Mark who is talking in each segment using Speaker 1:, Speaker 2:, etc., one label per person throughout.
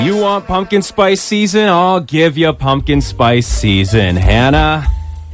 Speaker 1: You want pumpkin spice season? I'll give you pumpkin spice season. Hannah?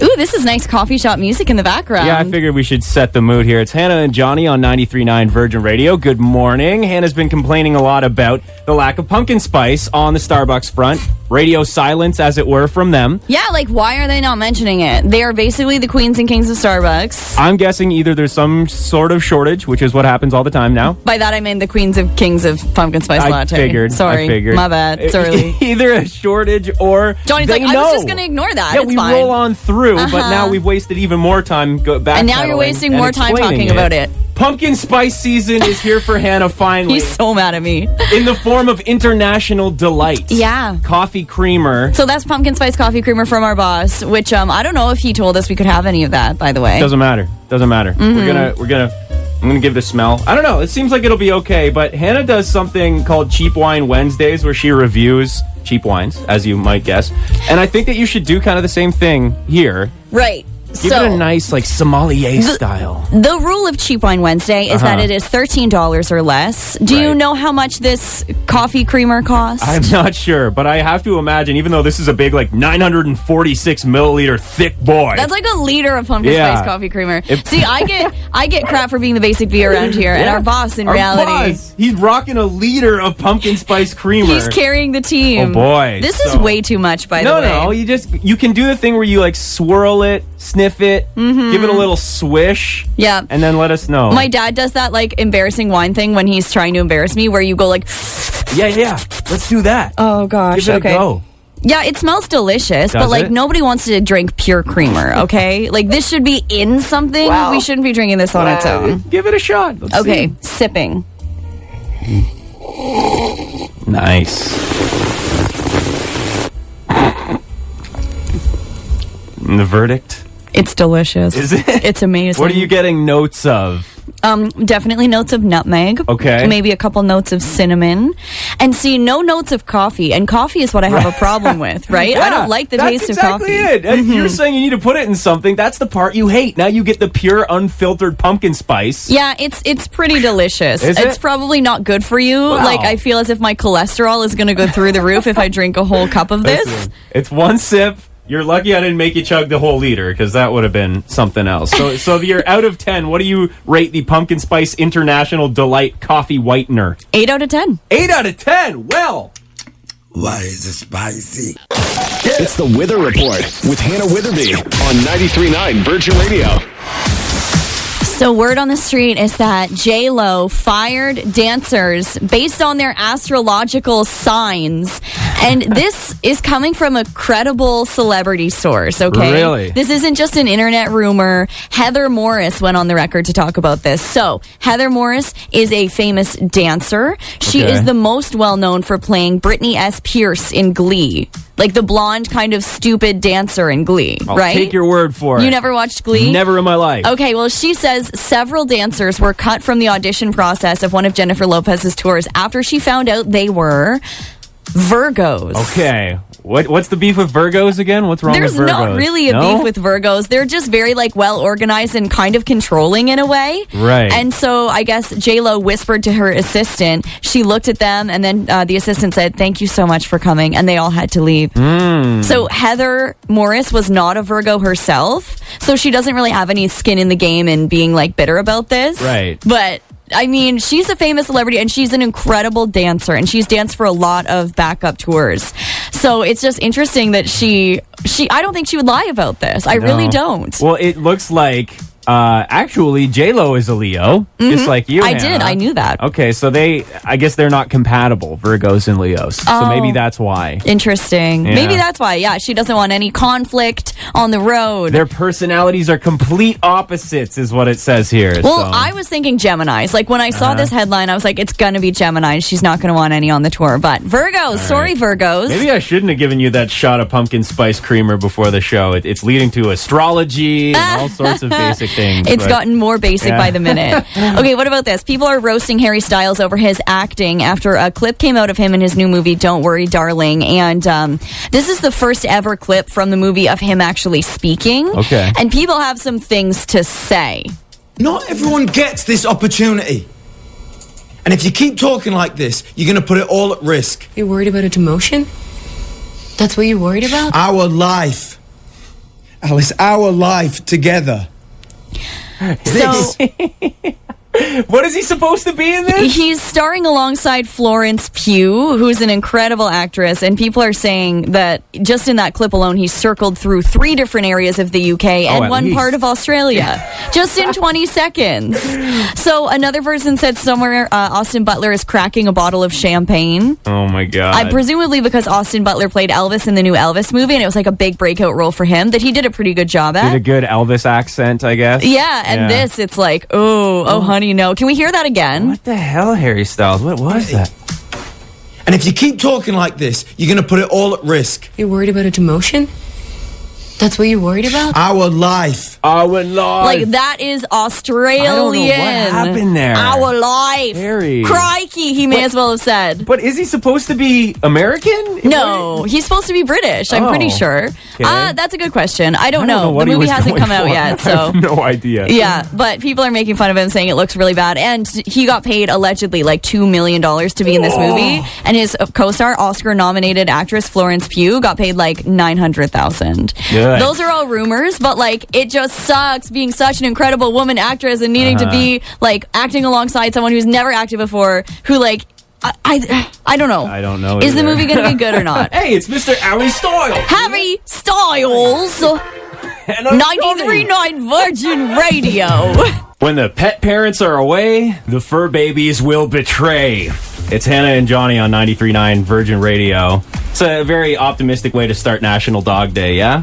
Speaker 2: Ooh, this is nice coffee shop music in the background.
Speaker 1: Yeah, I figured we should set the mood here. It's Hannah and Johnny on 93.9 Virgin Radio. Good morning. Hannah's been complaining a lot about the lack of pumpkin spice on the Starbucks front. Radio silence, as it were, from them.
Speaker 2: Yeah, like why are they not mentioning it? They are basically the queens and kings of Starbucks.
Speaker 1: I'm guessing either there's some sort of shortage, which is what happens all the time now.
Speaker 2: By that I mean the queens of kings of pumpkin spice
Speaker 1: I
Speaker 2: latte.
Speaker 1: figured. I
Speaker 2: Sorry,
Speaker 1: figured.
Speaker 2: my bad. It's early.
Speaker 1: either a shortage or
Speaker 2: Johnny's
Speaker 1: they
Speaker 2: like, I was just
Speaker 1: know.
Speaker 2: gonna ignore that.
Speaker 1: Yeah,
Speaker 2: It's
Speaker 1: we
Speaker 2: fine.
Speaker 1: roll on through, but
Speaker 2: Uh-huh.
Speaker 1: now we've wasted even more time go back.
Speaker 2: And now you're wasting more time talking about it.
Speaker 1: Pumpkin spice season is here for Hannah finally.
Speaker 2: He's so mad at me.
Speaker 1: in the form of international delight.
Speaker 2: Yeah.
Speaker 1: Coffee creamer.
Speaker 2: So that's pumpkin spice coffee creamer from our boss, which um, I don't know if he told us we could have any of that. By the way,
Speaker 1: Doesn't matter. Doesn't matter.
Speaker 2: Mm-hmm.
Speaker 1: We're gonna we're gonna I'm gonna give the smell. I don't know. It seems like it'll be okay, but Hannah does something called Cheap Wine Wednesdays where she reviews cheap wines, as you might guess. And I think that you should do kind of the same thing here.
Speaker 2: right?
Speaker 1: Give
Speaker 2: so
Speaker 1: it a nice like sommelier style.
Speaker 2: the rule of cheap wine Wednesday is that
Speaker 1: Uh-huh.
Speaker 2: it is thirteen dollars or less. Do you
Speaker 1: Right.
Speaker 2: know how much this coffee creamer costs?
Speaker 1: I'm not sure, but I have to imagine, even though this is a big, like 946 milliliter thick boy.
Speaker 2: That's like a liter of pumpkin
Speaker 1: Yeah.
Speaker 2: spice coffee creamer.
Speaker 1: If-
Speaker 2: See, I get I get crap for being the basic bee around here, and
Speaker 1: Yeah.
Speaker 2: our boss in
Speaker 1: Our
Speaker 2: reality.
Speaker 1: boss, he's rocking a liter of pumpkin spice creamer.
Speaker 2: He's carrying the team.
Speaker 1: Oh, boy.
Speaker 2: This is
Speaker 1: So-
Speaker 2: way too much, by
Speaker 1: no,
Speaker 2: the way.
Speaker 1: no, you just you can do the thing where you like swirl it, sniff it, give it a little swish,
Speaker 2: Mm-hmm. Yeah.
Speaker 1: and then let us know.
Speaker 2: My dad does that like embarrassing wine thing when he's trying to embarrass me, where you go like,
Speaker 1: yeah, yeah, let's do that.
Speaker 2: "Oh gosh,
Speaker 1: Give it
Speaker 2: okay."
Speaker 1: a go.
Speaker 2: Yeah, it smells delicious, but
Speaker 1: Does
Speaker 2: like
Speaker 1: it?
Speaker 2: nobody wants to drink pure creamer. Okay, like this should be in something.
Speaker 1: Wow.
Speaker 2: We shouldn't be drinking this on its own.
Speaker 1: Give it a shot. Let's
Speaker 2: Okay, sipping.
Speaker 1: see. Nice. And the verdict
Speaker 2: It's delicious.
Speaker 1: is it.
Speaker 2: It's amazing.
Speaker 1: what are you getting notes of?
Speaker 2: Um, definitely notes of nutmeg.
Speaker 1: Okay.
Speaker 2: Maybe a couple notes of cinnamon. And see, no notes of coffee. And coffee is what I have a problem with, right? I
Speaker 1: Yeah,
Speaker 2: don't like the
Speaker 1: that's
Speaker 2: taste
Speaker 1: exactly
Speaker 2: of coffee.
Speaker 1: It. If You're saying you need to put it in something. That's the part you hate. Now you get the pure, unfiltered pumpkin spice.
Speaker 2: Yeah, it's it's pretty delicious.
Speaker 1: Is
Speaker 2: it's
Speaker 1: it?
Speaker 2: probably not good for you. Like I feel as if my cholesterol is going to go through the roof if I drink a whole cup of this.
Speaker 1: Listen, It's one sip. You're lucky I didn't make you chug the whole liter because that would have been something else. So, so if you're out of ten, what do you rate the pumpkin spice international delight coffee whitener?
Speaker 2: 8 out of 10.
Speaker 1: Eight out of ten. Well,
Speaker 3: Why is it spicy?
Speaker 4: It's the Wither Report with Hannah Witherby on 93.9 Virgin Radio.
Speaker 2: So word on the street is that J Lo fired dancers based on their astrological signs, and this is coming from a credible celebrity source. Okay,
Speaker 1: Really?
Speaker 2: this isn't just an internet rumor. Heather Morris went on the record to talk about this. So Heather Morris is a famous dancer. She
Speaker 1: Okay.
Speaker 2: is the most well known for playing Britney S. Pierce in Glee, like the blonde kind of stupid dancer in Glee.
Speaker 1: I'll
Speaker 2: right?
Speaker 1: take your word for it.
Speaker 2: you never Oh. watched Glee?
Speaker 1: never in my life.
Speaker 2: Okay, well, she says several dancers were cut from the audition process of one of Jennifer Lopez's tours after she found out they were Virgos.
Speaker 1: Okay. What what's the beef with Virgos again? What's wrong
Speaker 2: There's
Speaker 1: with Virgos?
Speaker 2: not really a beef with Virgos. They're just very like well organized and kind of controlling in a way.
Speaker 1: Right.
Speaker 2: And so I guess J Lo whispered to her assistant. She looked at them, and then uh, the assistant said, "Thank you so much for coming," and they all had to leave. So Heather Morris was not a Virgo herself, so she doesn't really have any skin in the game in being like bitter about this.
Speaker 1: Right.
Speaker 2: But. I mean, she's a famous celebrity and she's an incredible dancer and she's danced for a lot of backup tours. So it's just interesting that she she I don't think she would lie about this. I really
Speaker 1: No.
Speaker 2: don't.
Speaker 1: Well, it looks like uh, actually J Lo is a Leo, just like you.
Speaker 2: Mm-hmm. I did.
Speaker 1: Hannah.
Speaker 2: I knew that.
Speaker 1: Okay, so they, I guess they're not compatible, Virgos and Leos. So
Speaker 2: Oh.
Speaker 1: maybe that's why.
Speaker 2: Interesting.
Speaker 1: Yeah.
Speaker 2: Maybe that's why. Yeah, she doesn't want any conflict on the road.
Speaker 1: Their personalities are complete opposites, is what it says here.
Speaker 2: well,
Speaker 1: so. Uh-huh.
Speaker 2: I was thinking Gemini's. Like when I saw this headline, I was like, it's gonna be Gemini. She's not gonna want any on the tour. But Virgos, sorry, Virgos.
Speaker 1: Maybe I shouldn't have given you that shot of pumpkin spice creamer before the show. It, it's leading to astrology and all sorts of basic things.
Speaker 2: It's
Speaker 1: but-
Speaker 2: gotten more basic
Speaker 1: Yeah.
Speaker 2: by the minute. okay, what about this? People are roasting Harry Styles over his acting after a clip came out of him in his new movie, Don't Worry, Darling. And um, this is the first ever clip from the movie of him actually speaking.
Speaker 1: Okay.
Speaker 2: And people have some things to say.
Speaker 5: Not everyone gets this opportunity. And if you keep talking like this, you're going to put it all at risk.
Speaker 6: You're worried about a demotion? That's what you're worried about?
Speaker 5: Our life, Alice, our life together.
Speaker 2: So
Speaker 1: What is he supposed to be in this?
Speaker 2: he's starring alongside Florence Pugh, who's an incredible actress, and people are saying that just in that clip alone, he's circled through three different areas of the UK and
Speaker 1: Oh, at
Speaker 2: one
Speaker 1: least.
Speaker 2: part of Australia, just in 20 seconds. So another person said somewhere uh, Austin Butler is cracking a bottle of champagne.
Speaker 1: Oh my god!
Speaker 2: I presumably because Austin Butler played Elvis in the new Elvis movie, and it was like a big breakout role for him that he did a pretty good job at.
Speaker 1: did a good Elvis accent, I guess.
Speaker 2: yeah, and
Speaker 1: Yeah.
Speaker 2: this, it's like, oh, oh, honey, no. Can we hear that again?
Speaker 1: What the hell, Harry Styles? What was that?
Speaker 5: And if you keep talking like this, you're going to put it all at risk.
Speaker 6: You're worried about a demotion? That's what you're worried about?
Speaker 5: Our life.
Speaker 1: Our life.
Speaker 2: Like that is Australian.
Speaker 1: happened there.
Speaker 2: Our life.
Speaker 1: Harry.
Speaker 2: Crikey, he may as well have said.
Speaker 1: but is he supposed to be American?
Speaker 2: no, he's supposed to be British. I'm
Speaker 1: Oh,
Speaker 2: pretty sure. Uh, that's a good question. I don't,
Speaker 1: I don't know. what
Speaker 2: the
Speaker 1: he
Speaker 2: movie
Speaker 1: was
Speaker 2: hasn't
Speaker 1: going
Speaker 2: come out
Speaker 1: for.
Speaker 2: yet,
Speaker 1: I
Speaker 2: so
Speaker 1: have no idea.
Speaker 2: yeah. But people are making fun of him, saying it looks really bad. And he got paid allegedly like two million dollars to be in this movie, and his co-star, Oscar-nominated actress Florence Pugh, got paid like nine hundred thousand.
Speaker 1: Yikes.
Speaker 2: Those are all rumors, but like it just sucks being such an incredible woman actress and needing
Speaker 1: Uh-huh.
Speaker 2: to be like acting alongside someone who's never acted before, who like I I, I don't know.
Speaker 1: I don't know
Speaker 2: Is the
Speaker 1: either.
Speaker 2: movie gonna be good or not?
Speaker 1: Hey, it's Mr. Harry Styles.
Speaker 2: Harry Styles,
Speaker 1: Oh, and I'm Johnny.
Speaker 2: 93.9 Virgin Radio.
Speaker 1: When the pet parents are away, the fur babies will betray. It's Hannah and Johnny on 93.9 Virgin Radio. It's a very optimistic way to start National Dog Day, yeah?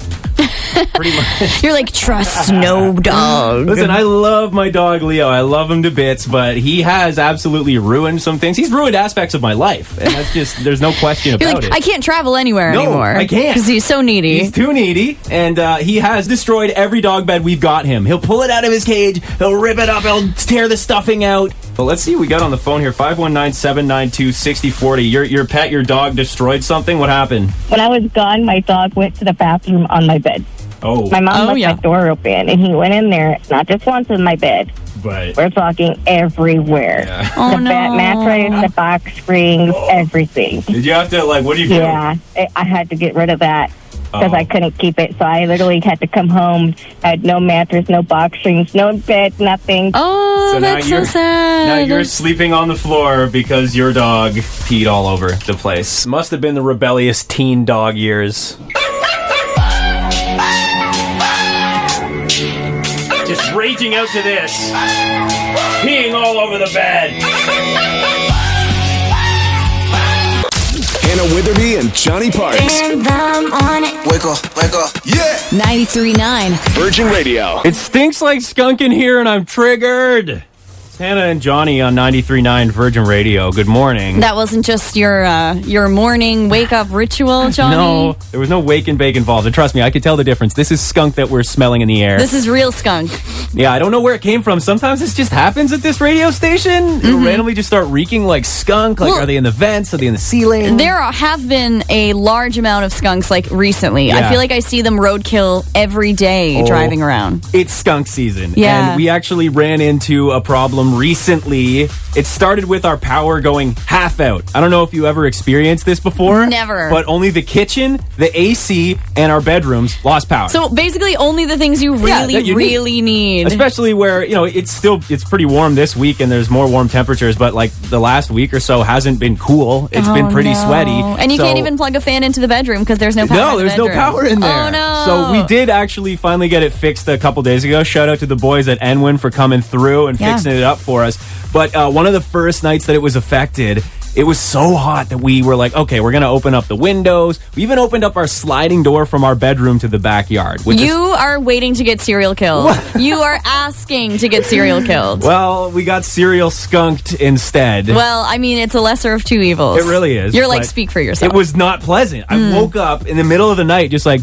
Speaker 2: You're like, trust no dog.
Speaker 1: Listen, I love my dog Leo. I love him to bits, but he has absolutely ruined some things. He's ruined aspects of my life, and that's just there's no question
Speaker 2: You're
Speaker 1: about
Speaker 2: like,
Speaker 1: it.
Speaker 2: I can't travel anywhere
Speaker 1: No,
Speaker 2: anymore.
Speaker 1: I can't.
Speaker 2: Because he's so needy.
Speaker 1: He's too needy, and uh, he has destroyed every dog bed we've got him. He'll pull it out of his cage, he'll rip it up, he'll tear the stuffing out. But let's see, what we got on the phone here 519 792 6040. Your, your pet, your dog destroyed something? What happened?
Speaker 7: When I was gone, my dog went to the bathroom on my bed.
Speaker 1: Oh,
Speaker 7: My mom
Speaker 2: Oh,
Speaker 7: left
Speaker 2: yeah.
Speaker 7: my door open, and he went in there, not just once in my bed.
Speaker 1: Oh, but
Speaker 7: We're talking everywhere.
Speaker 2: Oh,
Speaker 7: the
Speaker 2: no.
Speaker 7: bat mattress, the box springs, everything.
Speaker 1: did you have to, like, what do you feel?
Speaker 7: Yeah, I I had to get rid of that because
Speaker 1: Oh.
Speaker 7: I couldn't keep it. So I literally had to come home. I had no mattress, no box springs, no bed, nothing.
Speaker 2: oh,
Speaker 1: So now
Speaker 2: that's so
Speaker 1: you're-
Speaker 2: sad.
Speaker 1: Now you're sleeping on the floor because your dog peed all over the place. Must have been the rebellious teen dog years. Just raging out to this, peeing all over the bed.
Speaker 4: Hannah Witherby and Johnny Parks.
Speaker 8: Wake up, wake up.
Speaker 2: 93.9.
Speaker 4: Virgin Radio.
Speaker 1: It stinks like skunk in here, and I'm triggered. It's Hannah and Johnny on 93.9 Virgin Radio. Good morning.
Speaker 2: That wasn't just your uh, your morning wake up ritual, Johnny.
Speaker 1: no, there was no wake and bake involved. And trust me, I could tell the difference. This is skunk that we're smelling in the air.
Speaker 2: This is real skunk.
Speaker 1: Yeah, I don't know where it came from. Sometimes this just happens at this radio station. It'll randomly just start reeking like skunk. Like,
Speaker 2: Mm-hmm. Well-
Speaker 1: are they in the vents? Are they in the ceiling?
Speaker 2: There are, have been a large amount of skunks like recently.
Speaker 1: Yeah.
Speaker 2: I feel like I see them roadkill every day
Speaker 1: Oh.
Speaker 2: driving around.
Speaker 1: It's skunk season.
Speaker 2: Yeah.
Speaker 1: And we actually ran into a problem recently. It started with our power going half out. I don't know if you ever experienced this before.
Speaker 2: Never.
Speaker 1: But only the kitchen, the AC, and our bedrooms lost power.
Speaker 2: So basically, only the things you really,
Speaker 1: Yeah, that you need.
Speaker 2: really need.
Speaker 1: especially where you know it's still it's pretty warm this week and there's more warm temperatures but like the last week or so hasn't been cool It's been
Speaker 2: Oh,
Speaker 1: pretty
Speaker 2: no.
Speaker 1: sweaty
Speaker 2: And you
Speaker 1: So-
Speaker 2: can't even plug a fan into the bedroom because there's no power. in
Speaker 1: No,
Speaker 2: the
Speaker 1: there's no
Speaker 2: bedroom.
Speaker 1: power in there.
Speaker 2: Oh no!
Speaker 1: So we did actually finally get it fixed a couple days ago. Shout out to the boys at Enwin for coming through and
Speaker 2: Yeah.
Speaker 1: fixing it up for us. But uh, one of the first nights that it was affected. It was so hot that we were like, okay, we're gonna open up the windows. We even opened up our sliding door from our bedroom to the backyard. Which is-
Speaker 2: You are waiting to get serial killed. you are asking to get serial killed.
Speaker 1: well, we got cereal skunked instead.
Speaker 2: Well, I mean, it's a lesser of two evils.
Speaker 1: It really is.
Speaker 2: You're like,
Speaker 1: but
Speaker 2: speak for yourself. Mm.
Speaker 1: It was not pleasant. I woke up in the middle of the night just like,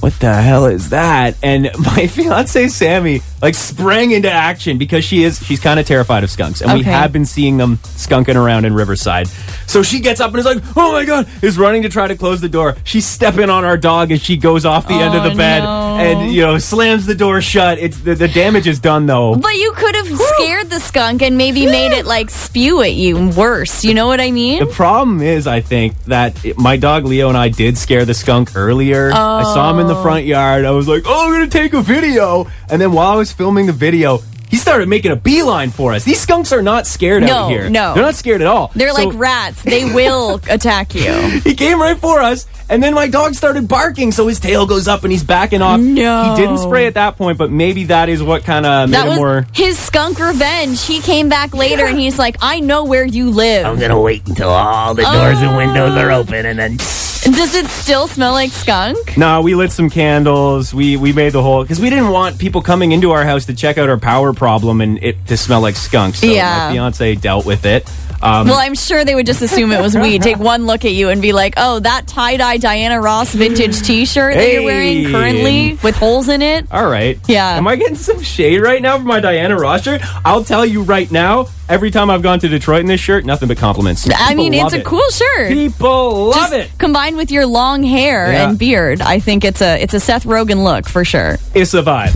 Speaker 1: what the hell is that? And my fiance Sammy like sprang into action because she is she's kind of terrified of skunks, and we
Speaker 2: Okay.
Speaker 1: have been seeing them skunking around in Riverside. So she gets up and is like, "Oh my god!" is running to try to close the door. She's stepping on our dog as she goes off the end of
Speaker 2: Oh,
Speaker 1: the bed
Speaker 2: no.
Speaker 1: and you know slams the door shut. It's the, the damage is done though.
Speaker 2: But you could have scared the skunk and maybe made it like spew at you worse. You know what I mean?
Speaker 1: The problem is, I think that it- my dog Leo and I did scare the skunk earlier. I saw him in the
Speaker 2: Oh.
Speaker 1: front yard. I was like, "Oh, I'm gonna take a video," and then while I was filming the video. He started making a beeline for us. These skunks are not scared
Speaker 2: No,
Speaker 1: out here.
Speaker 2: no.
Speaker 1: They're not scared at all.
Speaker 2: They're
Speaker 1: So-
Speaker 2: like rats. They will attack you.
Speaker 1: He came right for us, and then my dog started barking, so his tail goes up and he's backing off.
Speaker 2: No.
Speaker 1: He didn't spray at that point, but maybe that is what kind of made
Speaker 2: That
Speaker 1: him
Speaker 2: was
Speaker 1: more.
Speaker 2: his skunk revenge. He came back later and he's like, I know where you live.
Speaker 9: I'm gonna wait until all the doors and windows are
Speaker 2: Oh.
Speaker 9: open and then.
Speaker 2: Does it still smell like skunk?
Speaker 1: No, we lit some candles. We we made the whole because we didn't want people coming into our house to check out our power problem and it to smell like skunks. So
Speaker 2: Yeah.
Speaker 1: my fiance dealt with it. Um,
Speaker 2: Well, I'm sure they would just assume it was weed. Take one look at you and be like, oh, that tie dye Diana Ross vintage t shirt that you're wearing
Speaker 1: Hey.
Speaker 2: currently with holes in it.
Speaker 1: all right.
Speaker 2: Yeah.
Speaker 1: Am I getting some shade right now for my Diana Ross shirt? I'll tell you right now. Every time I've gone to Detroit in this shirt, nothing but compliments.
Speaker 2: I
Speaker 1: People
Speaker 2: mean, it's
Speaker 1: love
Speaker 2: a
Speaker 1: it.
Speaker 2: cool shirt.
Speaker 1: People love
Speaker 2: Just
Speaker 1: it.
Speaker 2: Combined with your long hair
Speaker 1: Yeah.
Speaker 2: and beard, I think it's a it's a Seth Rogen look for sure.
Speaker 1: It's a vibe.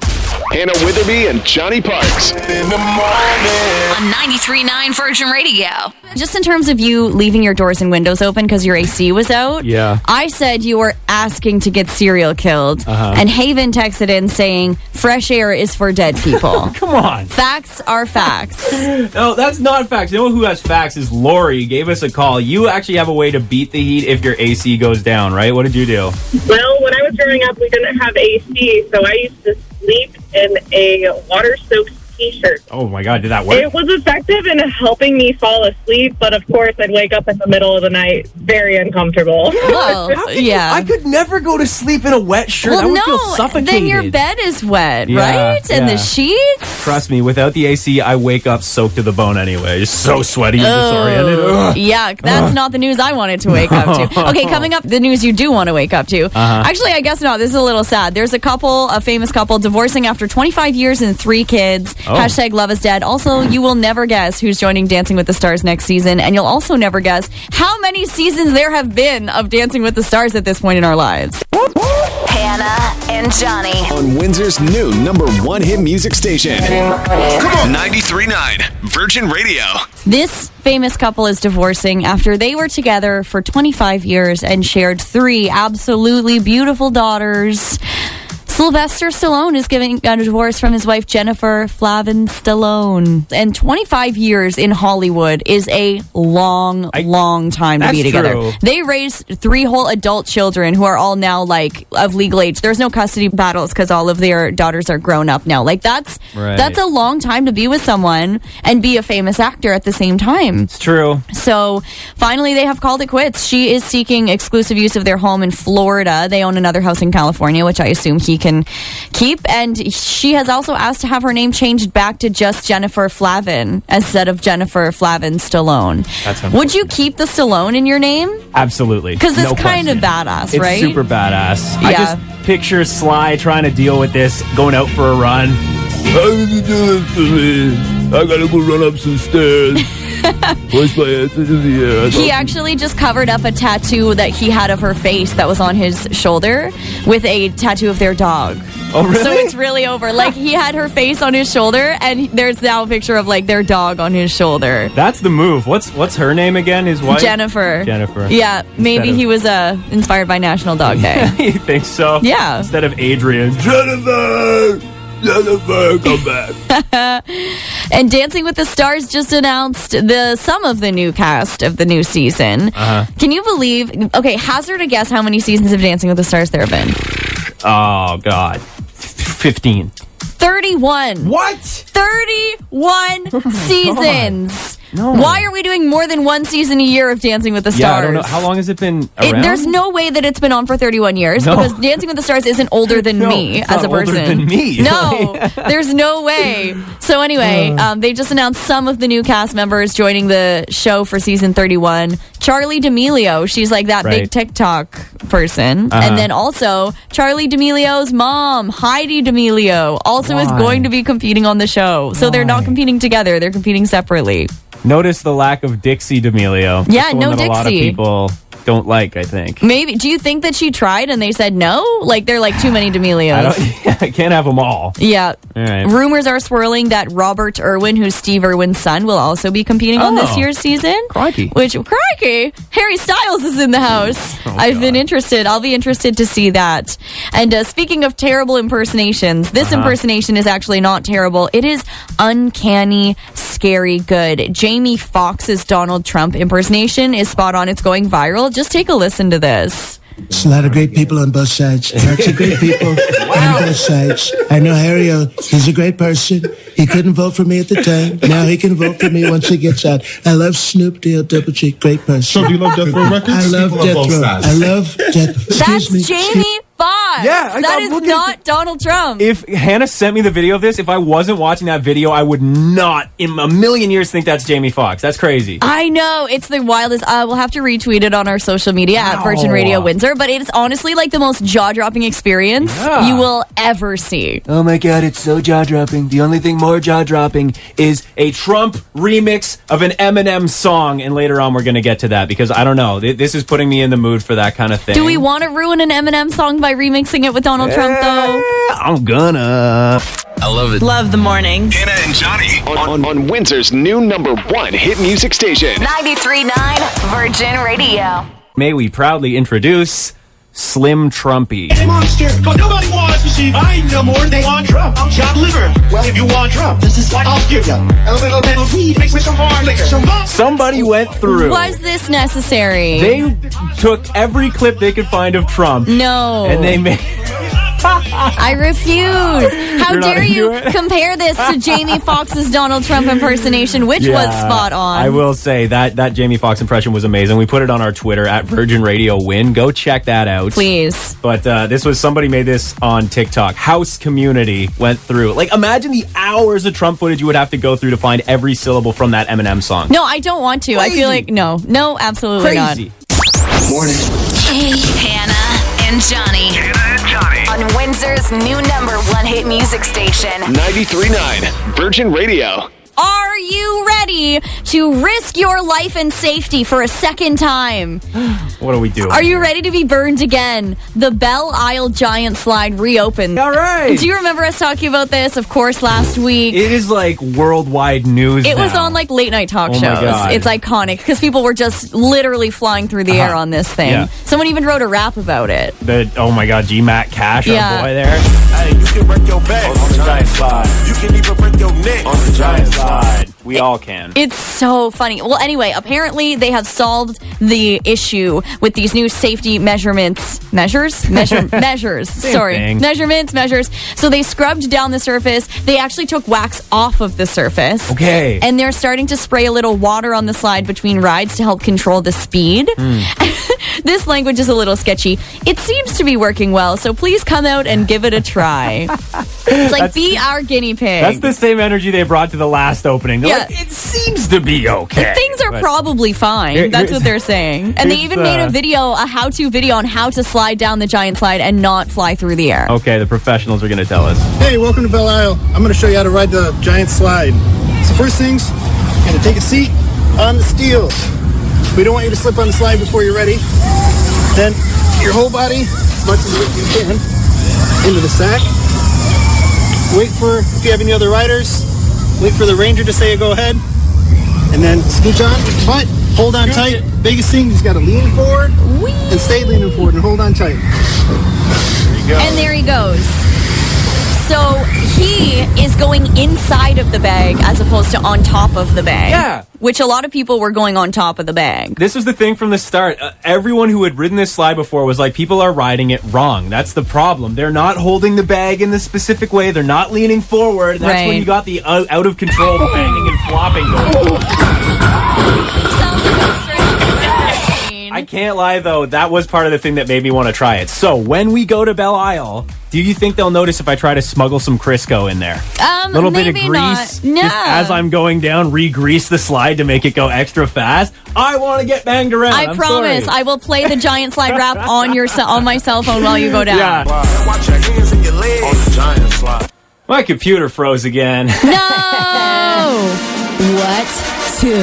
Speaker 4: Hannah Witherby and Johnny Parks.
Speaker 8: In the morning.
Speaker 10: on 93.9 Virgin Radio.
Speaker 2: Just in terms of you leaving your doors and windows open because your AC was out,
Speaker 1: Yeah.
Speaker 2: I said you were asking to get serial killed,
Speaker 1: Uh-huh.
Speaker 2: and Haven texted in saying fresh air is for dead people.
Speaker 1: Come on.
Speaker 2: facts are facts.
Speaker 1: No, that's not facts. You know who has facts is Lori. Gave us a call. You actually have a way to beat the heat if your AC goes down, right? What did you do?
Speaker 7: Well, when I was growing up, we didn't have AC, so I used to sleep in a water soaked t shirt.
Speaker 1: Oh my god, did that work?
Speaker 7: It was effective in helping me fall asleep, but of course, I'd wake up in the middle of the night very uncomfortable.
Speaker 1: How
Speaker 2: Well,
Speaker 1: could you-
Speaker 2: yeah.
Speaker 1: I could never go to sleep in a wet shirt. I
Speaker 2: Um, well,
Speaker 1: would
Speaker 2: no,
Speaker 1: feel suffocated.
Speaker 2: then your bed is wet,
Speaker 1: Yeah,
Speaker 2: right? And
Speaker 1: yeah.
Speaker 2: the sheets.
Speaker 1: Trust me, without the AC, I wake up soaked to the bone anyway. Just so sweaty and disoriented. Ugh.
Speaker 2: Yeah, that's not the news I wanted to wake up to. Okay, coming up, the news you do want to wake up to.
Speaker 1: Uh-huh.
Speaker 2: Actually, I guess not. This is a little sad. There's a couple, a famous couple, divorcing after 25 years and three kids.
Speaker 1: Oh.
Speaker 2: Hashtag love is dead. Also, you will never guess who's joining Dancing with the Stars next season, and you'll also never guess how many seasons there have been of Dancing with the Stars at this point in our lives.
Speaker 10: Hannah and Johnny.
Speaker 4: On Windsor's new number one hit music station. Come on. 93.9 Virgin Radio.
Speaker 2: This famous couple is divorcing after they were together for 25 years and shared three absolutely beautiful daughters. Sylvester Stallone is giving a divorce from his wife Jennifer Flavin Stallone. And 25 years in Hollywood is a long, long time to
Speaker 1: That's
Speaker 2: be together.
Speaker 1: true.
Speaker 2: They raised three whole adult children who are all now like of legal age. There's no custody battles because all of their daughters are grown up now. Like that's
Speaker 1: Right.
Speaker 2: that's a long time to be with someone and be a famous actor at the same time.
Speaker 1: It's true.
Speaker 2: So finally, they have called it quits. She is seeking exclusive use of their home in Florida. They own another house in California, which I assume he can keep. And she has also asked to have her name changed back to just Jennifer Flavin instead of Jennifer Flavin Stallone.
Speaker 1: That's
Speaker 2: Would you keep the Stallone in your name?
Speaker 1: Absolutely.
Speaker 2: Because it's
Speaker 1: No
Speaker 2: kind
Speaker 1: question.
Speaker 2: of badass,
Speaker 1: It's
Speaker 2: right?
Speaker 1: super badass. I
Speaker 2: Yeah.
Speaker 1: just picture Sly trying to deal with this, going out for a run. How did you do this to me? I gotta go run up some stairs. Push my ass into the air. I
Speaker 2: He
Speaker 1: thought-
Speaker 2: actually just covered up a tattoo that he had of her face that was on his shoulder with a tattoo of their dog.
Speaker 1: oh, really?
Speaker 2: So it's really over. Like he had her face on his shoulder, and there's now a picture of like their dog on his shoulder.
Speaker 1: That's the move. What's what's her name again? His wife?
Speaker 2: Jennifer.
Speaker 1: Jennifer.
Speaker 2: Yeah, maybe
Speaker 1: of-
Speaker 2: he was uh, inspired by National Dog Day.
Speaker 1: you think so?
Speaker 2: Yeah.
Speaker 1: Instead of Adrian. Jennifer! Jennifer, come back.
Speaker 2: And Dancing with the Stars just announced the some of the new cast of the new season.
Speaker 1: Uh-huh.
Speaker 2: Can you believe? Okay, hazard a guess how many seasons of Dancing with the Stars there have been?
Speaker 1: oh, God. 15.
Speaker 2: Thirty-one.
Speaker 1: What?
Speaker 2: 31
Speaker 1: Oh
Speaker 2: seasons.
Speaker 1: No.
Speaker 2: Why are we doing more than one season a year of Dancing with the Stars?
Speaker 1: Yeah, I don't know. How long has it been
Speaker 2: It-
Speaker 1: around?
Speaker 2: there's no way that it's been on for 31 years
Speaker 1: No.
Speaker 2: because Dancing with the Stars isn't older than
Speaker 1: No,
Speaker 2: me
Speaker 1: it's
Speaker 2: as
Speaker 1: not
Speaker 2: a
Speaker 1: older
Speaker 2: person.
Speaker 1: than me.
Speaker 2: No, there's no way. So anyway, um, they just announced some of the new cast members joining the show for season 31. Charlie D'Amelio, she's like that
Speaker 1: Right.
Speaker 2: big TikTok person.
Speaker 1: Uh-huh.
Speaker 2: And then also, Charlie D'Amelio's mom, Heidi D'Amelio, also is
Speaker 1: Why?
Speaker 2: going to be competing on the show. So they're not
Speaker 1: Why?
Speaker 2: competing together, they're competing separately.
Speaker 1: Notice the lack of Dixie D'Amelio. That's
Speaker 2: Yeah,
Speaker 1: the one
Speaker 2: no
Speaker 1: that A lot of
Speaker 2: Dixie. Mm.
Speaker 1: people don't like. I think.
Speaker 2: Maybe, do you think that she tried and they said no? Like, they're like too many
Speaker 1: I,
Speaker 2: D'Amelios.
Speaker 1: don't, I can't have them all.
Speaker 2: Yeah.
Speaker 1: All right.
Speaker 2: Rumors are swirling that Robert Irwin, who's Steve Irwin's son, will also be competing on
Speaker 1: Oh.
Speaker 2: this year's season.
Speaker 1: Crikey.
Speaker 2: Which, crikey, Harry Styles is in the house.
Speaker 1: Oh,
Speaker 2: I've been interested. I'll be interested to see that. And uh, speaking of terrible impersonations, this
Speaker 1: Uh-huh.
Speaker 2: impersonation is actually not terrible. It is uncanny, scary good. Jamie Foxx's Donald Trump impersonation is spot on. It's going viral. Just take a listen to this.
Speaker 11: It's a lot of great people on both sides. Lots of great people on both sides. I know Harry, uh, he's a great person. He couldn't vote for me at the time. Now he can vote for me once he gets out. I love Snoop Deal Double G, great person.
Speaker 12: So do you love Death Row Records?
Speaker 11: I love
Speaker 12: People on
Speaker 11: Death
Speaker 12: both
Speaker 11: Row.
Speaker 12: sides.
Speaker 11: I love Death
Speaker 2: That's
Speaker 11: Excuse me.
Speaker 2: Jamie Foxx.
Speaker 1: Yeah, I-
Speaker 2: that
Speaker 1: I'm
Speaker 2: is
Speaker 1: looking at
Speaker 2: not Donald Trump.
Speaker 1: If Hannah sent me the video of this, if I wasn't watching that video, I would not in a million years think that's Jamie Foxx. That's crazy.
Speaker 2: I know it's the wildest. Uh, we'll have to retweet it on our social media at Virgin
Speaker 1: Wow.
Speaker 2: Radio Windsor. But it's honestly like the most jaw-dropping experience
Speaker 13: Yeah.
Speaker 2: you will ever see.
Speaker 13: Oh my god, it's so jaw dropping. The only thing more jaw dropping
Speaker 1: is a Trump remix of an Eminem song, and later on we're going to get to that because I don't know. Th- This is putting me in the mood for that kind of thing.
Speaker 2: Do we want to ruin an Eminem song by remixing it with Donald Trump though?
Speaker 1: I'm gonna.
Speaker 4: I love it.
Speaker 2: Love the morning.
Speaker 4: Hannah and Johnny on, on, on Windsor's new number one hit music station.
Speaker 10: 93.9 Virgin Radio.
Speaker 1: May we proudly introduce Slim Trumpy.
Speaker 8: monster. But nobody wants to see. I ain't no more. They want Trump. I'm chopped liver. Well, if you want Trump, this is what I'll give you. A little bit of weed mixed with some hard liquor. Some
Speaker 1: Somebody went through.
Speaker 2: Was this necessary?
Speaker 1: They took every clip they could find of Trump.
Speaker 2: no.
Speaker 1: And they made.
Speaker 2: I refuse. How
Speaker 1: You're not
Speaker 2: dare
Speaker 1: into
Speaker 2: you
Speaker 1: it?
Speaker 2: compare this to Jamie Foxx's Donald Trump impersonation, which was
Speaker 1: Yeah,
Speaker 2: spot on.
Speaker 1: I will say that that Jamie Foxx impression was amazing. We put it on our Twitter at Virgin Radio Win. Go check that out,
Speaker 2: please.
Speaker 1: But uh, this was somebody made this on TikTok. House Community went through. Like, imagine the hours of Trump footage you would have to go through to find every syllable from that Eminem song.
Speaker 2: No, I don't want to. I feel like no, no, absolutely not.
Speaker 1: crazy. Morning.
Speaker 10: Hey, Hannah and Johnny. Hannah and Johnny. On Windsor's new number one hit music station.
Speaker 4: 93.9 Virgin Radio.
Speaker 2: Are you ready to risk your life and safety for a second time?
Speaker 1: What are we doing?
Speaker 2: Are you ready to be burned again? The Belle Isle Giant Slide reopened. All
Speaker 1: right.
Speaker 2: Do you remember us talking about this? Of course, last week.
Speaker 1: It is like worldwide news.
Speaker 2: It was
Speaker 1: now.
Speaker 2: on like late night talk
Speaker 1: Oh my
Speaker 2: shows.
Speaker 1: God.
Speaker 2: It's iconic because people were just literally flying through the air
Speaker 1: Uh-huh.
Speaker 2: on this thing.
Speaker 1: Yeah.
Speaker 2: Someone even wrote a rap about it.
Speaker 1: the oh my god, GMAT Cash,
Speaker 2: Yeah.
Speaker 1: our boy there.
Speaker 8: Hey, you can break your back on
Speaker 4: Uh-huh.
Speaker 8: the giant slide. You can even break your neck on the giant slide.
Speaker 1: We all can.
Speaker 2: It's so funny. Well, anyway, apparently they have solved the issue with these new safety measurements. Measures? Measure, measures.
Speaker 14: Same
Speaker 2: Sorry.
Speaker 14: thing.
Speaker 2: Measurements, measures. So they scrubbed down the surface. They actually took wax off of the surface.
Speaker 1: Okay.
Speaker 2: And they're starting to spray a little water on the slide between rides to help control the speed.
Speaker 1: Hmm.
Speaker 2: This language is a little sketchy. It seems to be working well, so please come out and give it a try. it's like,
Speaker 1: That's-
Speaker 2: be our guinea pig.
Speaker 1: That's the same energy they brought to the last opening. They're like, it seems to be okay.
Speaker 2: Things are
Speaker 1: But-
Speaker 2: probably fine.
Speaker 1: Here-
Speaker 2: That's what
Speaker 1: here's-
Speaker 2: they're saying. And they
Speaker 1: here's
Speaker 2: even
Speaker 1: the-
Speaker 2: made a video, a how to video on how to slide down the giant slide and not fly through the air.
Speaker 1: Okay, the professionals are going to tell us.
Speaker 15: Hey, welcome to Belle Isle. I'm going to show you how to ride the giant slide. So first things, you're going to take a seat on the steel. We don't want you to slip on the slide before you're ready. Then your whole body, as much as you can, into the sack. Wait for, if you have any other riders, wait for the ranger to say go ahead. And then scooch on, but hold on tight. Biggest thing, you just got to lean forward and stay leaning forward and hold on tight. There you go.
Speaker 2: And there he goes. So he is going inside of the bag as opposed to on top of the bag.
Speaker 1: Yeah.
Speaker 2: Which a lot of people were going on top of the bag.
Speaker 1: This was the thing from the start. Uh, everyone who had ridden this slide before was like, people are riding it wrong. That's the problem. They're not holding the bag in the specific way. They're not leaning forward. And that's
Speaker 2: Right.
Speaker 1: when you got the uh, out of control banging and flopping going. I can't lie though, that was part of the thing that made me want to try it. So when we go to Belle Isle, do you think they'll notice if I try to smuggle some Crisco in there?
Speaker 2: Um,
Speaker 1: little bit of
Speaker 2: maybe
Speaker 1: grease.
Speaker 2: not.
Speaker 1: just
Speaker 2: No.
Speaker 1: as I'm going down, re-grease the slide to make it go extra fast. I want to get banged around.
Speaker 2: I
Speaker 1: I'm
Speaker 2: promise
Speaker 1: sorry.
Speaker 2: I will play the giant slide rap on your ce- on my cell phone while you go down.
Speaker 1: Yeah. My computer froze again.
Speaker 2: No.
Speaker 10: What to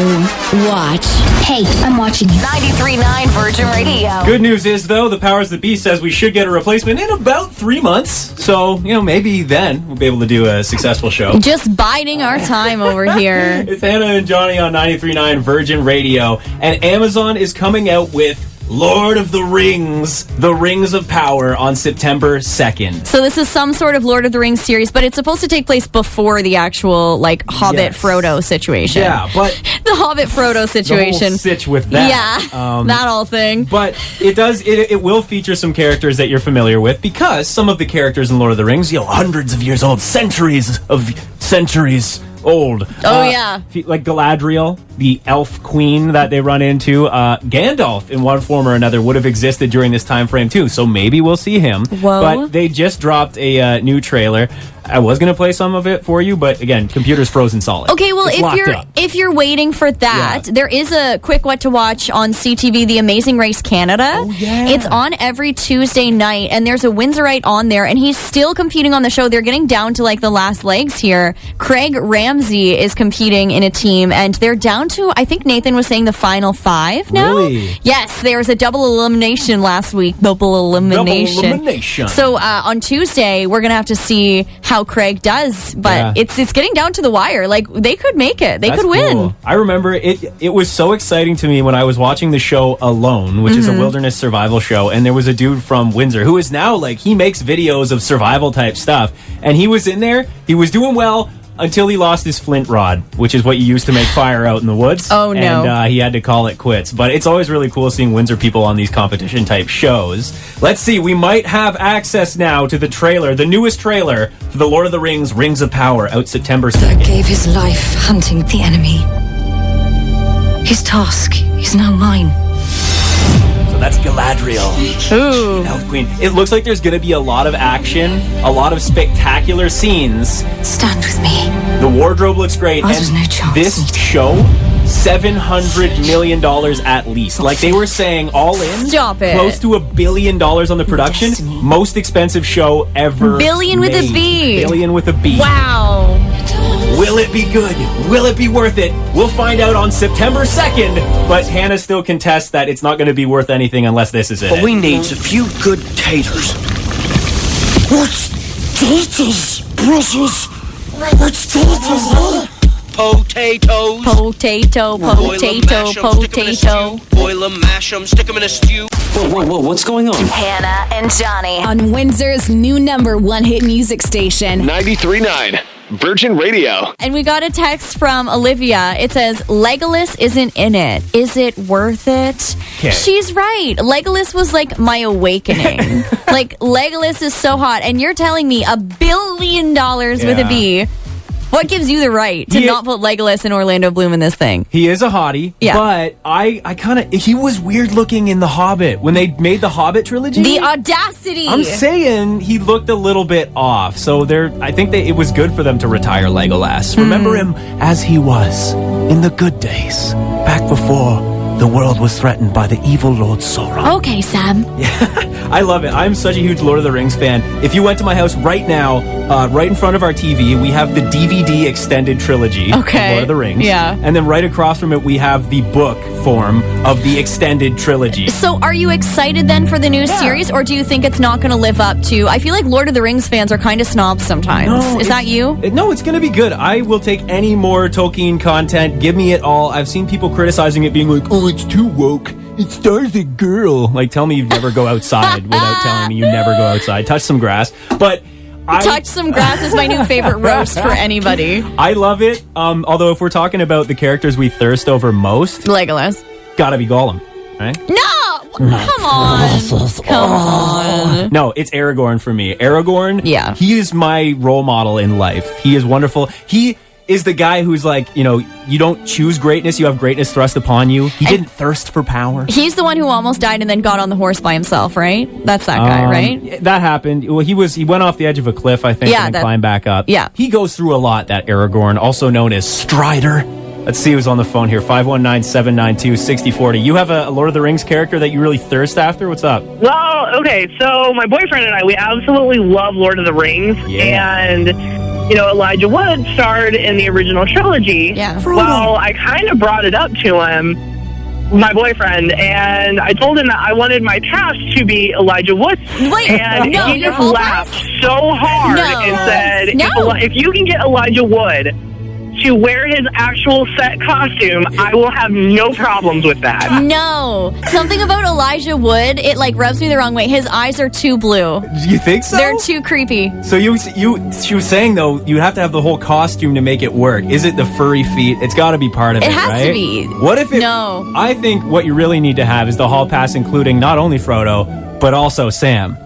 Speaker 10: watch? Hey, I'm watching you. 93.9 Virgin Radio.
Speaker 1: Good news is though, the powers that be says we should get a replacement in about three months. So you know maybe then we'll be able to do a successful show.
Speaker 2: Just biding our time over here.
Speaker 1: It's Hannah and Johnny on 93.9 Virgin Radio, and Amazon is coming out with Lord of the Rings, The Rings of Power on September 2nd.
Speaker 2: So this is some sort of Lord of the Rings series, but it's supposed to take place before the actual like Hobbit
Speaker 1: Yes.
Speaker 2: Frodo situation.
Speaker 1: Yeah, but
Speaker 2: the Hobbit Frodo
Speaker 1: The
Speaker 2: situation.
Speaker 1: whole sitch with that.
Speaker 2: Yeah,
Speaker 1: Um,
Speaker 2: that whole thing.
Speaker 1: But it does. It, it will feature some characters that you're familiar with because some of the characters in Lord of the Rings, you know, hundreds of years old, centuries of centuries old.
Speaker 2: Oh, yeah.
Speaker 1: fe- like Galadriel, the elf queen that they run into. Uh, Gandalf, in one form or another, would have existed during this time frame too. So maybe we'll see him.
Speaker 2: Whoa.
Speaker 1: But they just dropped a uh, new trailer. I was gonna play some of it for you, but again, computer's frozen solid.
Speaker 2: Okay, well,
Speaker 1: It's
Speaker 2: if
Speaker 1: locked
Speaker 2: you're
Speaker 1: up.
Speaker 2: if you're waiting for that, there is a quick what to watch on CTV, The Amazing Race Canada.
Speaker 1: Oh,
Speaker 2: It's on every Tuesday night, and there's a Windsorite on there, and he's still competing on the show. They're getting down to like the last legs here. Craig Ramsey is competing in a team, and they're down to I think Nathan was saying the final five now.
Speaker 1: Really?
Speaker 2: Yes, there was a double elimination last week. Double elimination.
Speaker 1: elimination.
Speaker 2: So uh, on Tuesday, we're gonna have to see how Craig does, but
Speaker 1: Yeah.
Speaker 2: it's it's getting down to the wire. Like they could make it, they
Speaker 1: That's
Speaker 2: could win.
Speaker 1: cool. I remember it. It was so exciting to me when I was watching the show Alone, which is a
Speaker 2: Mhm.
Speaker 1: wilderness survival show, and there was a dude from Windsor who is now like he makes videos of survival type stuff, and he was in there. He was doing well. Until he lost his flint rod, which is what you use to make fire out in the woods.
Speaker 2: Oh, no.
Speaker 1: And uh, he had to call it quits. But it's always really cool seeing Windsor people on these competition type shows. Let's see, we might have access now to the trailer, the newest trailer for The Lord of the Rings Rings of Power out September 2nd.
Speaker 6: Gave his life hunting the enemy. His task is now mine.
Speaker 1: So that's Galadriel.
Speaker 2: Ooh.
Speaker 1: Elf Queen. It looks like there's going to be a lot of action, a lot of spectacular scenes.
Speaker 6: Stand with me.
Speaker 1: The wardrobe looks great.
Speaker 6: Ours was
Speaker 1: and
Speaker 6: no chance.
Speaker 1: this show, $700 million at least. Like they were saying, all in.
Speaker 2: Stop it.
Speaker 1: Close to a billion dollars on the production. Most expensive show ever.
Speaker 2: Billion with a
Speaker 1: made.
Speaker 2: B.
Speaker 1: Billion with a B.
Speaker 2: Wow.
Speaker 1: Will it be good? Will it be worth it? We'll find out on September 2nd. But Hannah still contests that it's not going to be worth anything unless this is in it.
Speaker 9: But we needs a few good taters.
Speaker 3: What's taters, Brussels? What's taters?
Speaker 9: Potatoes.
Speaker 2: Potato, potato, potato.
Speaker 9: Boil 'em, mash 'em, stick 'em in a stew. Whoa, whoa, whoa, what's going on?
Speaker 10: Hannah and Johnny
Speaker 2: Uh,
Speaker 10: on Windsor's new number one hit music station.
Speaker 4: 93.9 Virgin Radio.
Speaker 2: And we got a text from Olivia. It says, Legolas isn't in it. Is it worth it?
Speaker 4: 'Kay.
Speaker 2: She's right. Legolas was like my awakening. like, Legolas is so hot. And you're telling me a billion dollars with a
Speaker 1: Yeah.
Speaker 2: B. What gives you the right to
Speaker 1: Yeah.
Speaker 2: not put Legolas and Orlando Bloom in this thing?
Speaker 1: He is a hottie.
Speaker 2: Yeah.
Speaker 1: But I, I kind of he was weird looking in The Hobbit when they made the Hobbit trilogy.
Speaker 2: The audacity.
Speaker 1: I'm saying he looked a little bit off. So they're I think they, it was good for them to retire Legolas.
Speaker 2: Hmm.
Speaker 1: Remember him as he was in the good days, back before the world was threatened by the evil Lord Sauron.
Speaker 2: Okay, Sam.
Speaker 1: I love it. I'm such a huge Lord of the Rings fan. If you went to my house right now, uh, right in front of our TV, we have the DVD extended trilogy
Speaker 2: Okay.
Speaker 1: of Lord of the Rings.
Speaker 2: Yeah.
Speaker 1: And then right across from it, we have the book form of the extended trilogy.
Speaker 2: So, are you excited then for the new series, or do you think it's not going to live up to? I feel like Lord of the Rings fans are kind of snobs sometimes.
Speaker 1: No,
Speaker 2: Is that
Speaker 1: it's-
Speaker 2: you?
Speaker 1: It- No, it's going to be good. I will take any more Tolkien content. Give me it all. I've seen people criticizing it, being like, "Oh, it's too woke. It stars a girl." Like, tell me you never go outside without telling me you never go outside. Touch some grass, but. I,
Speaker 2: Touch some grass is my new favorite roast for anybody.
Speaker 1: I love it. Um, although, if we're talking about the characters we thirst over most,
Speaker 2: Legolas,
Speaker 1: gotta be Gollum, right?
Speaker 2: No, come on, come on.
Speaker 1: No, it's Aragorn for me. Aragorn,
Speaker 2: yeah,
Speaker 1: he is my role model in life. He is wonderful. He is the guy who's like, you know, you don't choose greatness, you have greatness thrust upon you. He didn't thirst for power.
Speaker 2: He's the one who almost died and then got on the horse by himself, right? That's that guy,
Speaker 1: Um,
Speaker 2: right?
Speaker 1: That happened. Well, he was he went off the edge of a cliff, I think,
Speaker 2: Yeah,
Speaker 1: and then
Speaker 2: that-
Speaker 1: climbed back up.
Speaker 2: yeah.
Speaker 1: He goes through a lot, that Aragorn, also known as Strider. Let's see who's on the phone here. 519-792-6040. You have a a Lord of the Rings character that you really thirst after? What's up?
Speaker 7: Well, okay, so my boyfriend and I, we absolutely love Lord of the Rings. And, you know, Elijah Wood starred in the original trilogy. Yeah. Well, I kind of brought it up to him, my boyfriend, and I told him that I wanted my past to be Elijah Wood.
Speaker 2: Wait,
Speaker 7: and
Speaker 2: no,
Speaker 7: he
Speaker 2: your
Speaker 7: just
Speaker 2: whole
Speaker 7: laughed so hard
Speaker 2: No.
Speaker 7: and said,
Speaker 2: No.
Speaker 7: if, Eli- if you can get Elijah Wood to wear his actual set costume, I will have no problems with that.
Speaker 2: No. Something about Elijah Wood, it like rubs me the wrong way. His eyes are too blue.
Speaker 1: You think so?
Speaker 2: They're too creepy.
Speaker 1: So you you she was saying though you have to have the whole costume to make it work. Is it the furry feet? It's got to be part of it.
Speaker 2: It has to
Speaker 1: right?
Speaker 2: be.
Speaker 1: What if it?
Speaker 2: No.
Speaker 1: I think what you really need to have is the hall pass, including not only Frodo but also Sam,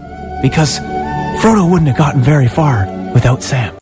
Speaker 1: because Frodo wouldn't have gotten very far without Sam.